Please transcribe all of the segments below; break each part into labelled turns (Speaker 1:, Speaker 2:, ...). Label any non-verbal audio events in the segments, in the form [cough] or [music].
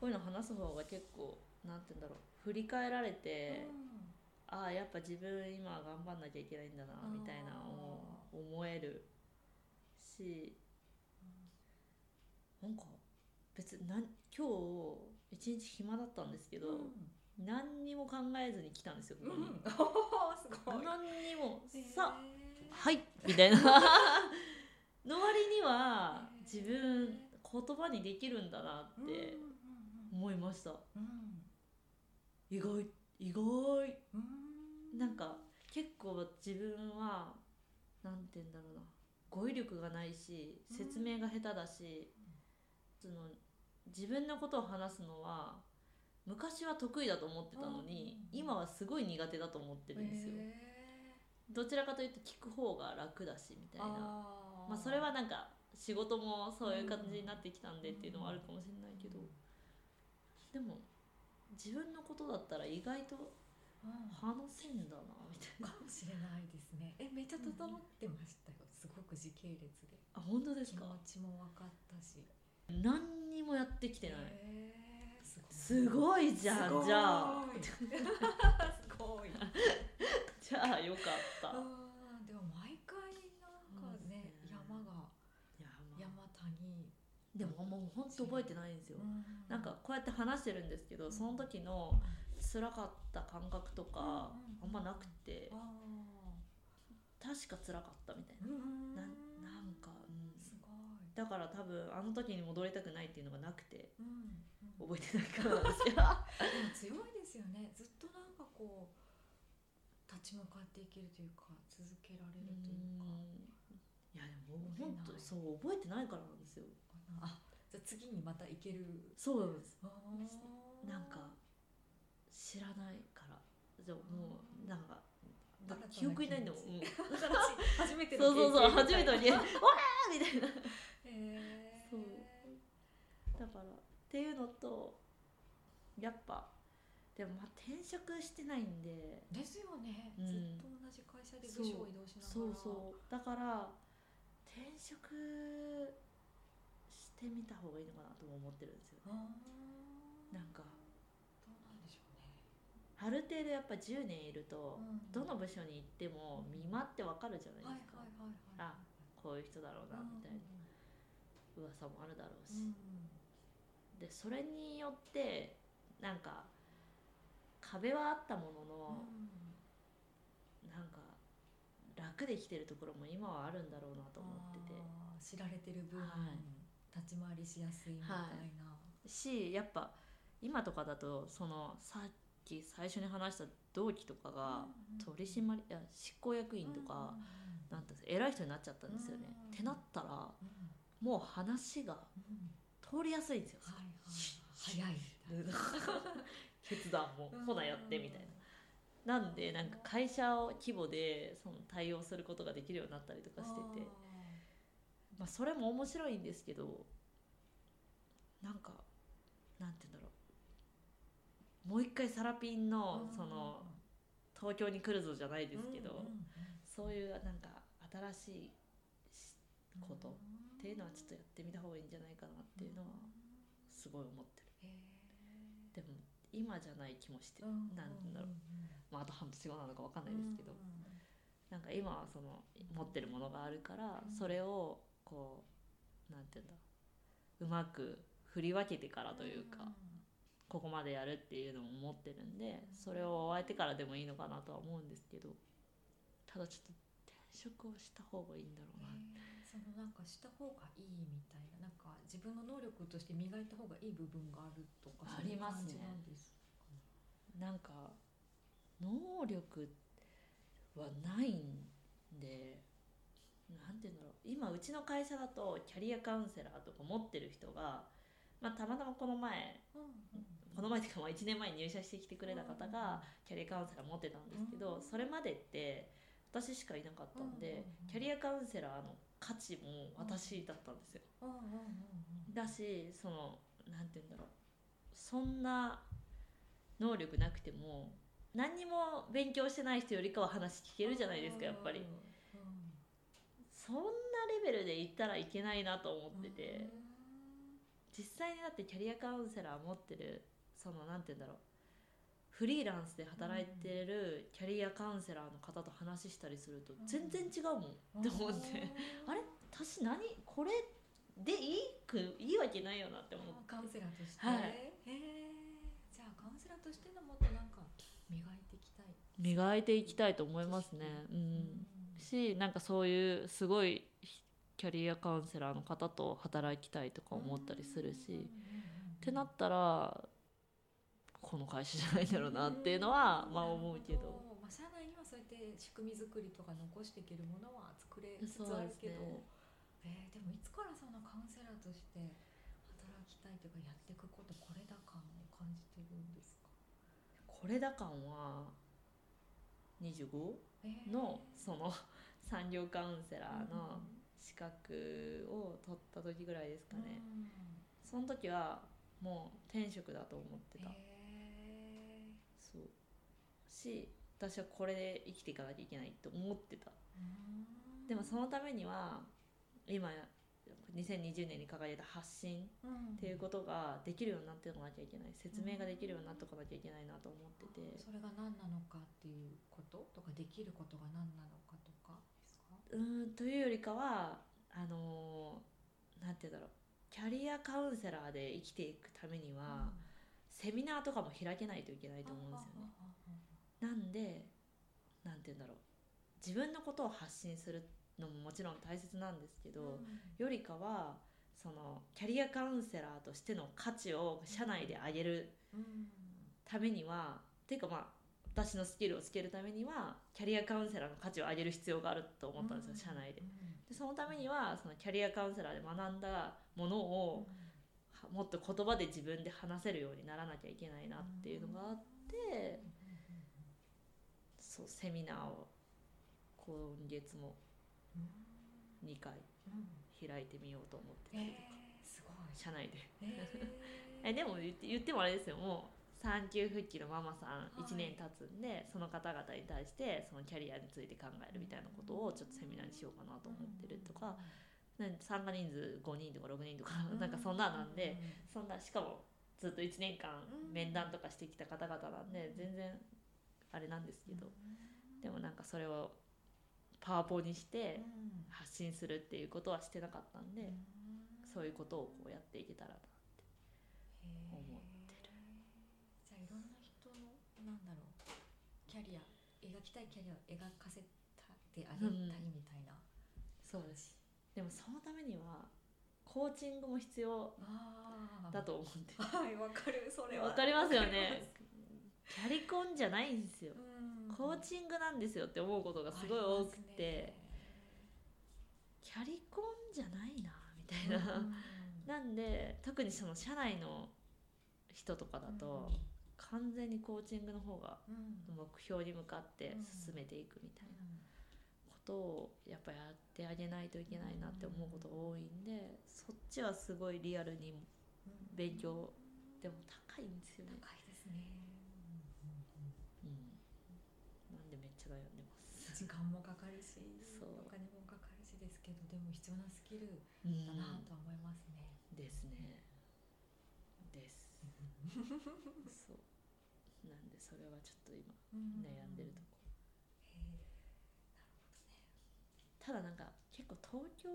Speaker 1: こういうの話す方が結構なんて言うんだろう振り返られて、ああやっぱ自分今頑張んなきゃいけないんだな
Speaker 2: あー
Speaker 1: みたいなのを思えるし、なんか別になん今日一日暇だったんですけど、
Speaker 2: うん
Speaker 1: 何にも考えずに来たんですよここ
Speaker 2: う
Speaker 1: に、
Speaker 2: ん、 [laughs] おおすごい
Speaker 1: 何にもさあ
Speaker 2: へー
Speaker 1: はいみたいなの割には
Speaker 2: へー
Speaker 1: 自分言葉にできるんだな
Speaker 2: うん
Speaker 1: っ
Speaker 2: うん
Speaker 1: て思いました
Speaker 2: うん
Speaker 1: 意外意外
Speaker 2: うん
Speaker 1: なんか結構自分はなんて言うんだろうな語彙力がないし
Speaker 2: うん
Speaker 1: 説明が下手だし、その自分のことを話すのは昔は得意だと思ってたのに、
Speaker 2: うん
Speaker 1: 今はすごい苦手だと思ってるんですよ、
Speaker 2: へ
Speaker 1: どちらかというと聞く方が楽だしみた
Speaker 2: ー
Speaker 1: いな
Speaker 2: あー
Speaker 1: まあそれはなんか仕事もそういう感じになってきたんでっていうのはあるかもしれないけど、でも自分のことだったら意外と
Speaker 2: うん
Speaker 1: 話せんだなみたいな
Speaker 2: かもしれないですね。え、めっちゃ整ってましたよ。すごく時系列で。
Speaker 1: あ本当です
Speaker 2: 気
Speaker 1: か
Speaker 2: 持ちも分かったし。
Speaker 1: 何にもやってきてない
Speaker 2: へーすごい。
Speaker 1: すごいじゃ
Speaker 2: すご
Speaker 1: ん
Speaker 2: い
Speaker 1: じゃあ
Speaker 2: す [laughs] ごい。
Speaker 1: じゃあよかった
Speaker 2: うん、でも毎回なんかね、
Speaker 1: そうですね
Speaker 2: 山が
Speaker 1: いや、まあ、
Speaker 2: 山谷。
Speaker 1: でももう本当覚えてないんですよ、
Speaker 2: うん
Speaker 1: なんかこうやって話してるんですけど、
Speaker 2: うん
Speaker 1: その時の辛かった感覚とかあ
Speaker 2: うん
Speaker 1: ん
Speaker 2: うん
Speaker 1: まなくて、
Speaker 2: あ
Speaker 1: 確か辛かったみたい
Speaker 2: ーうん
Speaker 1: な、ななんか、うん
Speaker 2: すごい。
Speaker 1: だから多分あの時に戻りたくないっていうのがなくて
Speaker 2: うん。うん
Speaker 1: 覚えてないからなんですけどあ
Speaker 2: でも強いですよねずっとなんかこう立ち向かっていけるというか続けられるというか
Speaker 1: いやでも本当そう覚えてないからなんですよ
Speaker 2: あじゃあ次にまたいける
Speaker 1: そうなんですなん
Speaker 2: ん
Speaker 1: か知らないからじゃあもう
Speaker 2: あー
Speaker 1: なんかだって
Speaker 2: 新
Speaker 1: 記
Speaker 2: たな
Speaker 1: 憶にないんだもん、
Speaker 2: 気
Speaker 1: うん
Speaker 2: 新しい [laughs] 初めて
Speaker 1: そうそうそう初めての
Speaker 2: の経験みたい
Speaker 1: に
Speaker 2: な [laughs]
Speaker 1: 「わー!」みたいなそ
Speaker 2: へー
Speaker 1: うだからっていうのとやっぱでもまあ転職してないんで
Speaker 2: ですよね、
Speaker 1: うん
Speaker 2: ずっと同じ会社で部署を移動しながら
Speaker 1: そうそうだから転職してみた方がいいのかなとも思ってるんですよ
Speaker 2: う
Speaker 1: な
Speaker 2: なん
Speaker 1: か
Speaker 2: どうなんでしょうね、
Speaker 1: ある程度やっぱ10年いると、
Speaker 2: うん
Speaker 1: どの部署に行っても見間ってわかるじゃないで
Speaker 2: はいはい
Speaker 1: すか、
Speaker 2: はいはい
Speaker 1: あこういう人だろうなみたいな噂もあるだろう
Speaker 2: うんう
Speaker 1: し、
Speaker 2: ん
Speaker 1: でそれによってなんか壁はあったもの
Speaker 2: うん
Speaker 1: の、なんか楽できてるところも今はあるんだろうなと思ってて
Speaker 2: あー知られてる分、
Speaker 1: はい
Speaker 2: 立ち回りしやすいみたいな、
Speaker 1: はいしやっぱ今とかだとそのさっき最初に話した同期とかが
Speaker 2: うんうん
Speaker 1: 取締り、いや執行役員とか、なんていうんですか偉い人になっちゃったんですよね。
Speaker 2: うん
Speaker 1: ってなったら
Speaker 2: うんうん
Speaker 1: もう話が
Speaker 2: うんうん
Speaker 1: 通りやすいんですよ。
Speaker 2: はいはい早い
Speaker 1: [laughs] 決断もほなやってみたいな。なんでなんか会社を規模でその対応することができるようになったりとかしててまあ、それも面白いんですけどなんかなんて言うんだろうもう一回サラピンのその東京に来るぞじゃないですけど、そういうなんか新しいしことっていうのはちょっとやってみた方がいいんじゃないかなっていうのはすごい思ってるでも今じゃない気もしてる、なんだろう、まあ、あと半年後なのか分かんないですけど、なんか今はその持ってるものがあるから、
Speaker 2: うん
Speaker 1: それをこうなんていうんだうまく振り分けてからというか、ここまでやるっていうのも持ってるんで
Speaker 2: うん
Speaker 1: それを終えてからでもいいのかなとは思うんですけどただちょっと転職をした方がいいんだろうな、
Speaker 2: そのなんかした方がいいみたいななんか自分の能力として磨いた方がいい部分があると
Speaker 1: あ
Speaker 2: か
Speaker 1: りますね
Speaker 2: そういう感じなんですか
Speaker 1: な
Speaker 2: ね
Speaker 1: んか能力はないんでなんて言うんだろう今うちの会社だとキャリアカウンセラーとか持ってる人が、まあ、たまたまこの前
Speaker 2: うんうん
Speaker 1: この前というかまあ1年前に入社してきてくれた方がキャリアカウンセラー持ってたんですけど、
Speaker 2: うん
Speaker 1: それまでって私しかいなかったんで、
Speaker 2: うんうんうん
Speaker 1: キャリアカウンセラーの価値も私だったんですよ。
Speaker 2: うんうんうんうん
Speaker 1: だしそのなんて言うんだろうそんな能力なくても何にも勉強してない人よりかは話聞けるじゃないですかやっぱり
Speaker 2: うんうん
Speaker 1: そんなレベルでいったらいけないなと思ってて、
Speaker 2: うん
Speaker 1: 実際にだってキャリアカウンセラー持ってるそのなんて言うんだろうフリーランスで働いてるキャリアカウンセラーの方と話したりすると
Speaker 2: うん
Speaker 1: 全然違うもんって思って
Speaker 2: あー
Speaker 1: あれ私何これでいいくいいわけないよなって思っ
Speaker 2: あーカウン
Speaker 1: て
Speaker 2: セラーとして、
Speaker 1: はい
Speaker 2: へえじゃあカウンセラーとしてのもっとなんか磨いていきたい、
Speaker 1: 磨いていきたいと思いますね。う
Speaker 2: うん
Speaker 1: しなんかそういうすごいキャリアカウンセラーの方と働きたいとか思ったりするし、っ
Speaker 2: って
Speaker 1: なったらこの会社じゃないんだろうなっていうのは、まあ思うけど、
Speaker 2: まあ、社内にはそうやって仕組み作りとか残していけるものは作れつつ
Speaker 1: そう
Speaker 2: あ
Speaker 1: で
Speaker 2: る
Speaker 1: す
Speaker 2: け
Speaker 1: ね
Speaker 2: ど、えーでもいつからそのカウンセラーとして働きたいというかやっていくことこれだ感を感じてるんですか、
Speaker 1: これだ感は 25?
Speaker 2: えー
Speaker 1: のその [laughs] 産業カウンセラーの
Speaker 2: うん
Speaker 1: 資格を取った時ぐらいですか
Speaker 2: うん
Speaker 1: ね、その時はもう転職だと思ってた、
Speaker 2: へー
Speaker 1: そうし私はこれで生きていかなきゃいけないと思ってた
Speaker 2: うん
Speaker 1: でもそのためには今2020年に掲げた発信
Speaker 2: うん
Speaker 1: っていうことができるようになっておかなきゃいけない説明ができるようになっておかなきゃいけないなと思ってて、
Speaker 2: それが何なのかっていうこととかできることが何なのかとかですか
Speaker 1: うーんというよりかはあのーなんて言うんだろうキャリアカウンセラーで生きていくためには、セミナーとかも開けないといけないと思うんですよね。なんでなんて言うんだろう自分のことを発信するのももちろん大切なんですけど、よりかはそのキャリアカウンセラーとしての価値を社内で上げるためにはっていうかまあ私のスキルをつけるためにはキャリアカウンセラーの価値を上げる必要があると思ったんですよ、社内で。でそのためにはそのキャリアカウンセラーで学んだものをはもっと言葉で自分で話せるようにならなきゃいけないなっていうのがあってそうセミナーを今月も2回開いてみようと思ってたりとか
Speaker 2: すごい
Speaker 1: 社内で
Speaker 2: え
Speaker 1: えでも言って言ってもあれですよもう産休復帰のママさん
Speaker 2: い
Speaker 1: 1年経つんで、その方々に対してそのキャリアについて考えるみたいなことをちょっとセミナーにしようかなと思ってるとか、なん参加人数5人とか6人とかなんかそんななんで、そんなしかもずっと1年間
Speaker 2: うん
Speaker 1: 面談とかしてきた方々なんで全然あれなんですけどでもなんかそれをパワポにして発信するっていうことはしてなかったんでそういうことをこうやっていけたらなって思
Speaker 2: 思
Speaker 1: って
Speaker 2: るじゃあいろんな人のなんだろうキャリア描きたいキャリアを描かせてあげたいみたいな、
Speaker 1: そうですでもそのためにはコーチングも必要
Speaker 2: ああ
Speaker 1: だと思って
Speaker 2: はいわかるそれは
Speaker 1: わかりますよ
Speaker 2: わかり
Speaker 1: ねキャリコンじゃないんですよ
Speaker 2: ます
Speaker 1: コーチングなんですよって思うことがすごい多くてキャリコンじゃないなみた
Speaker 2: あ
Speaker 1: い
Speaker 2: りま
Speaker 1: なな
Speaker 2: すね
Speaker 1: んで特にその社内の人とかだと、完全にコーチングの方が
Speaker 2: うんうん
Speaker 1: 目標に向かって進めていくみたいなことをやっぱやってあげないといけないなって思うことが多いんでそっちはすごいリアルに
Speaker 2: うん
Speaker 1: 勉強でも高いんですよね、
Speaker 2: 高いですね
Speaker 1: うん、なんでめっちゃ悩んでます、
Speaker 2: 時間もかかるし
Speaker 1: そう
Speaker 2: お金もかかるしですけどでも必要なスキル
Speaker 1: う、
Speaker 2: だなんとは思いますね、
Speaker 1: ですねですそうなんでそれはちょっと今悩んでるとこただなんか結構東京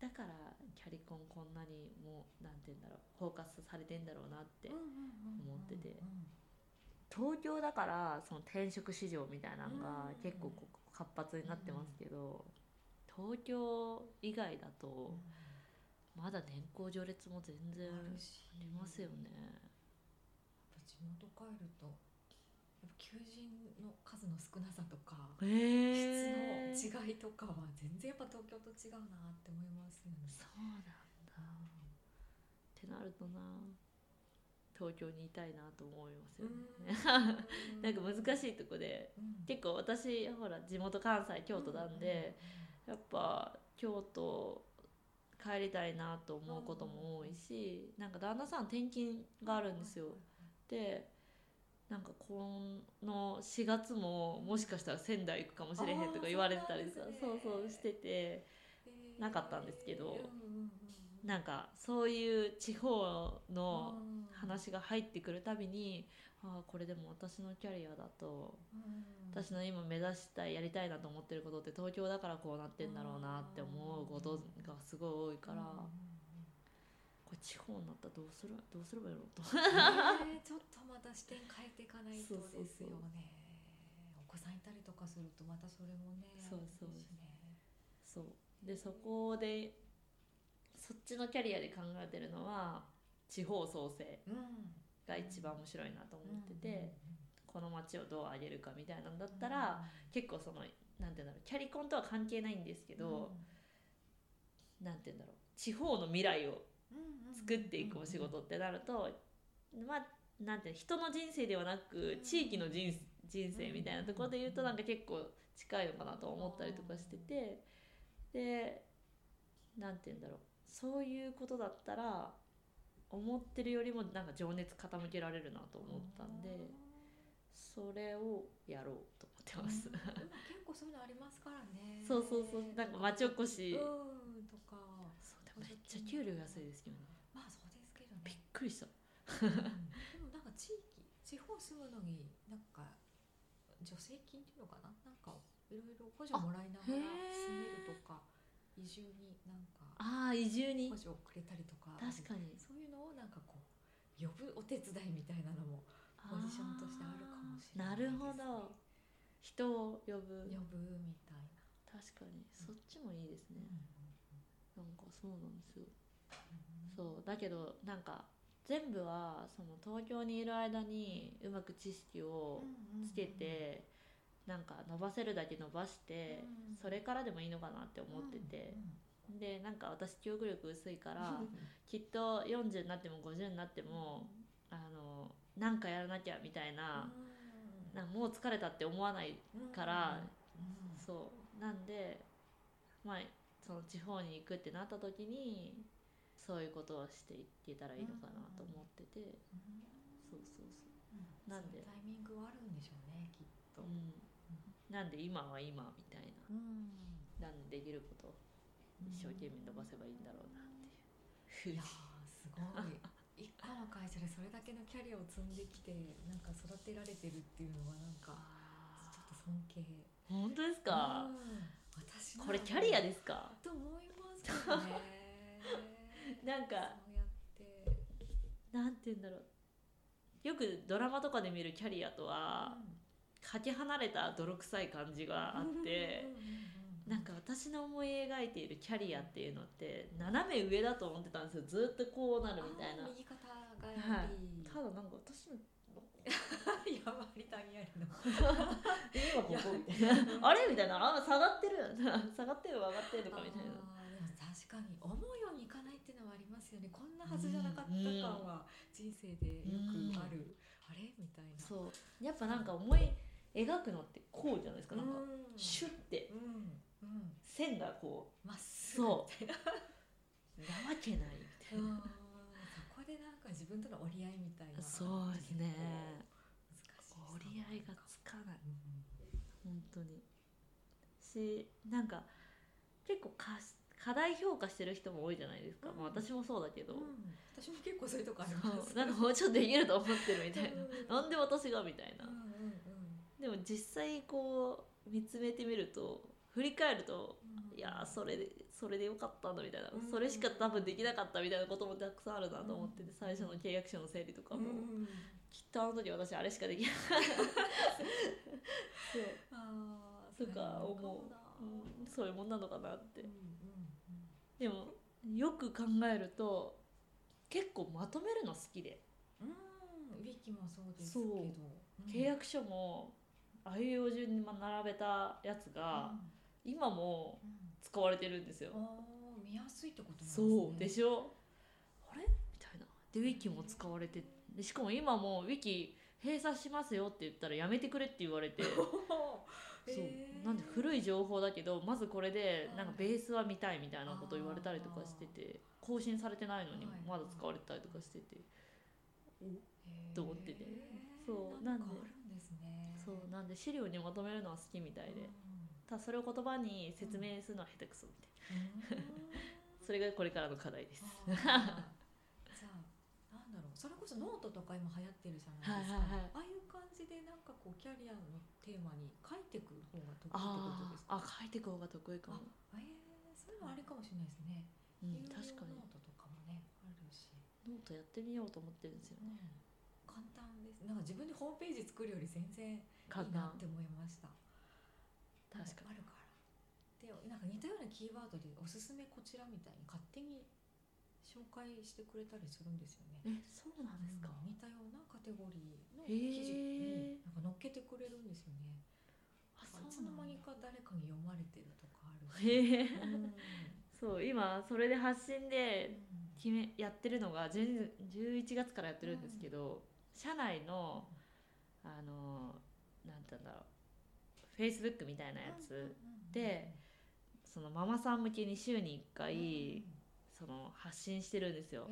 Speaker 1: だからキャリコンこんなにもうなんて言うんだろうフォーカスされてんだろうなって思
Speaker 2: 思
Speaker 1: ってて東京だからその転職市場みたいなのが
Speaker 2: うん
Speaker 1: 結構こう活発になってますけど東京以外だとまだ年功序列も全然ありますよね
Speaker 2: 地元帰るとやっぱ求人の数の少なさとか
Speaker 1: へ
Speaker 2: 質
Speaker 1: そう
Speaker 2: の違いとかは全然やっぱ東京と違うなって思いますよね。
Speaker 1: なんだってなるとな東京にいたいなと思いますよね [laughs] なんか難しいとこで結構私ほら地元関西京都なんで、やっぱ京都帰りたいなと思うことも多いし、なんか旦那さん転勤があるんですよ、でなんかこの4月ももしかしたら仙台行くかもしれへんとか言われてたりさ
Speaker 2: あー
Speaker 1: そ
Speaker 2: そうう
Speaker 1: そ
Speaker 2: なん
Speaker 1: う
Speaker 2: です
Speaker 1: して
Speaker 2: ね
Speaker 1: てなかったんですけど
Speaker 2: うんうんうんうん
Speaker 1: なんかそういう地方の
Speaker 2: うん
Speaker 1: 話が入ってくるたびにああこれでも私のキャリアだと
Speaker 2: うん
Speaker 1: 私の今目指したいやりたいなと思ってることって東京だからこうなってんだろうなって思うことがすごい多いから、
Speaker 2: うんうんうん
Speaker 1: これ地方になったらどうするどうすればやろう
Speaker 2: [laughs]
Speaker 1: と
Speaker 2: ねえちょっとまた視点変えていかないと
Speaker 1: そうそうそう
Speaker 2: ですよねお子さんいたりとかするとまたそれもね
Speaker 1: そうそう
Speaker 2: あれですね
Speaker 1: そうでそこでそっちのキャリアで考えてるのは地方創生
Speaker 2: うん
Speaker 1: が一番面白いなと思ってて、
Speaker 2: うんうんうん
Speaker 1: この街をどう上げるかみたいなんだったら、結構そのなんて言うんだろうキャリコンとは関係ないんですけ
Speaker 2: け
Speaker 1: ど、なんて言うんだろう地方の未来を作っていくお仕事ってなると、まあなんて人の人生ではなく
Speaker 2: うん
Speaker 1: 地域の人人生みたいなところで言うとなんか結構近いのかなと思ったりとかしててでなんて言うんだろうそういうことだったら思ってるよりもなんか情熱傾けられるなと思ったんでそれをやろうと思ってます。
Speaker 2: 結構そういうのありますからね
Speaker 1: [laughs] そうそうそうなんか町おこし、
Speaker 2: うんとか
Speaker 1: そうでもめっちゃ給料安いですけどね
Speaker 2: まあそうですけど
Speaker 1: びっ
Speaker 2: ね
Speaker 1: くりした
Speaker 2: うんでもなんか地域地方住むのになんか助成金っていうのかななんかいろいろ補助もらいながら
Speaker 1: あへー
Speaker 2: 住めるとか移住になんか
Speaker 1: ああ移住に
Speaker 2: 補助をくれたりとか
Speaker 1: 確かに
Speaker 2: そういうのをなんかこう呼ぶお手伝いみたいなのもポジションとしてあるかもしれないです、ね、
Speaker 1: あーなるほど人を呼ぶ
Speaker 2: 呼ぶみたいな、
Speaker 1: 確かにそっちもいいですね、なんかそうなんですよそうだけどなんか全部はその東京にいる間にうまく知識をつけて、なんか伸ばせるだけ伸ばして、
Speaker 2: うん
Speaker 1: それからでもいいのかなって思ってて、でなんか私記憶力薄いか
Speaker 2: から
Speaker 1: きっと40になっても50になってもあのなんかやらなきゃみたいな,、なんかもう疲れたって思わないから、そうなんでまあその地方に行くってなった時にそういうことをしていけたらいいのかなと思ってて、そうそう
Speaker 2: う
Speaker 1: なんで
Speaker 2: そういうタイミングはあるんでしょうねきっ
Speaker 1: そう、う
Speaker 2: と
Speaker 1: ん、なんで今は今みたいななんでできることを一生懸命伸ばせばいいんだろうなっていうふ
Speaker 2: い
Speaker 1: う
Speaker 2: や
Speaker 1: に
Speaker 2: ーすごい一個の会社でそれだけのキャリアを積んできてなんか育てられてるっていうのはなんかちょっと尊敬
Speaker 1: 本当ですか
Speaker 2: うん私
Speaker 1: これキャリア
Speaker 2: で
Speaker 1: ですか
Speaker 2: と思いますけどね
Speaker 1: [laughs] なんか
Speaker 2: そうやって
Speaker 1: なんて言うんだろうよくドラマとかで見るキャリアとはかけ離れた泥臭い感じがあってなんか私の思い描いているキャリアっていうのって斜め上だと思ってたんですよずっとこうなるみたいな
Speaker 2: あー右肩がやり、
Speaker 1: ただなんか私の
Speaker 2: やばり谷やりの
Speaker 1: 今ここみたいな [laughs] あれみたいなあ下がってる [laughs] 下がってる上がってるのかみたいな
Speaker 2: あーでも確かに思うようにいかないっていうのはありますよねこんなはずじゃなかった感は人生でよくある、あれみたいな
Speaker 1: そうやっぱなんか思い描くのってこうじゃないですかなんか
Speaker 2: うん
Speaker 1: シュッて
Speaker 2: うんうん
Speaker 1: 線がこ
Speaker 2: まっすぐ
Speaker 1: そ
Speaker 2: みたいな
Speaker 1: うなわけないみたいな
Speaker 2: うんそこでなんか自分との折り合いみたいな
Speaker 1: そうですね
Speaker 2: 結構
Speaker 1: 折
Speaker 2: 難しい
Speaker 1: り合いがつかない
Speaker 2: うん
Speaker 1: 本当にしなんか結構かし過大評価してる人も多いじゃないですか、
Speaker 2: うん
Speaker 1: まあ、私もそうだけど、
Speaker 2: うん私も結構そういうとこありま
Speaker 1: そ
Speaker 2: す
Speaker 1: うなんかもうちょっとできると思ってるみたいな、なんで
Speaker 2: で
Speaker 1: 私がみたいな、
Speaker 2: うんうんうん
Speaker 1: でも実際こう見つめてみると振り返ると
Speaker 2: うん
Speaker 1: いやーそれでそれでよかったんだみたいな、
Speaker 2: うん
Speaker 1: それしか多分できなかったみたいなこともたくさんあるなと思ってて、最初の契約書の整理とかも、
Speaker 2: うん
Speaker 1: きっとあの時私あれしかできない
Speaker 2: [laughs]
Speaker 1: そう
Speaker 2: あー
Speaker 1: とか思う
Speaker 2: そうだ
Speaker 1: うんそういうもんなのかなって
Speaker 2: うんう
Speaker 1: でもよく考えると結構まとめるの好きで
Speaker 2: んうんうんウィキもそうですけ
Speaker 1: そう
Speaker 2: どうん
Speaker 1: 契約書もあいうえお順に並べたやつが今も
Speaker 2: うんうん
Speaker 1: 使われてるんですよ
Speaker 2: あー見やすいってことなんですね
Speaker 1: そうでしょあれみたいなでウィキも使われてでしかも今もウィキ閉鎖しますよって言ったらやめてくれって言われてそうなんで古
Speaker 2: い
Speaker 1: い情報だけどまずこれでなんか
Speaker 2: はい
Speaker 1: ベースは見たいみたいなこと言われたりとかしてて更新されてないのに
Speaker 2: はい
Speaker 1: まだ使われてたりとかしててと思っててそう
Speaker 2: なん
Speaker 1: な
Speaker 2: か
Speaker 1: んで
Speaker 2: あるんですね
Speaker 1: そうなんで資料にまとめるのは好きみたいで
Speaker 2: うん
Speaker 1: ただそれを言葉に説明するのは下手くそみたいな
Speaker 2: うん
Speaker 1: それがこれからの課題です。
Speaker 2: あーじ [laughs] ゃあなんだろうそれこそノートとか今流行ってるじゃないです
Speaker 1: は
Speaker 2: か、
Speaker 1: いはいはい
Speaker 2: ああいう感じでなんかこうキャリアのテーマに書いてく方が得意ってこと
Speaker 1: あ
Speaker 2: です
Speaker 1: ー
Speaker 2: か
Speaker 1: あ書いていく方が得意かも、
Speaker 2: あえー、そういうのあれかもしれないですね、
Speaker 1: うん、
Speaker 2: 有料
Speaker 1: 確かに
Speaker 2: ノートとかもねあるし、
Speaker 1: ノートやってみようと思ってるんですよね
Speaker 2: ね簡単ですなんか自分でホームページ作るより全然いい
Speaker 1: 簡
Speaker 2: な
Speaker 1: 単
Speaker 2: って思いました
Speaker 1: 確かに
Speaker 2: にあるからでなんか似たようなキーワードでおすすめこちらみたいに勝手に紹介してくれたりするんですよね
Speaker 1: えそうなんですか、
Speaker 2: うん似たようなカテゴリーの
Speaker 1: へー
Speaker 2: 記事になんか載っけてくれるんですよね。
Speaker 1: あ
Speaker 2: なんかいつ
Speaker 1: そう
Speaker 2: の
Speaker 1: な
Speaker 2: 間に
Speaker 1: んだ
Speaker 2: か誰かに読まれてるとかあるし。
Speaker 1: へえ
Speaker 2: うん
Speaker 1: [laughs] そう今それで発信で決めやってるのが10 11月からやってるんですけど、社内のあのなんて言うんだろう Facebook みたいなやつ、でそのママさん向けに週に1回、その発信してるんですよ、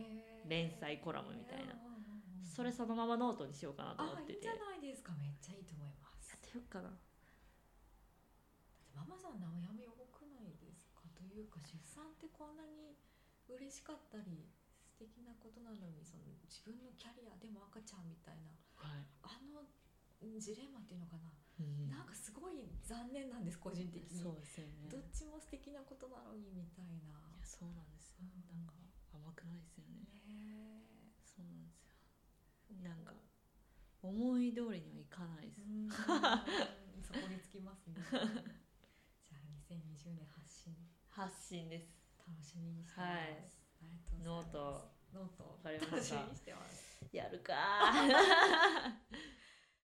Speaker 1: 連載コラムみたいな。
Speaker 2: うんうんうんうん
Speaker 1: それそのままノートにしようかなと思
Speaker 2: あ
Speaker 1: っ
Speaker 2: い
Speaker 1: て
Speaker 2: いん
Speaker 1: て
Speaker 2: じゃないですか。めっちゃいいと思います。
Speaker 1: やってよっかな
Speaker 2: ママさん悩み多くないですかというか出産ってこんなに嬉しかったり素敵なことなのにその自分のキャリアでも赤ちゃんみたいな
Speaker 1: はい、
Speaker 2: あのんジレンマっていうのかな、
Speaker 1: うん
Speaker 2: なんかすごい残念なんです個人的に、
Speaker 1: そうですよね
Speaker 2: どっちも素敵なことなのにみたいな、
Speaker 1: いやそうなんですよ
Speaker 2: うん
Speaker 1: なんか甘くないですよね
Speaker 2: ね
Speaker 1: そうなんですよなんか思い通りにはいか [laughs] ないです、
Speaker 2: えうーんそこにつきますねじゃあ2020年発信
Speaker 1: 発信です
Speaker 2: 楽しみにしてます、
Speaker 1: はい
Speaker 2: ありがとうございますノート
Speaker 1: わかりました
Speaker 2: 楽しみにしてます
Speaker 1: やるか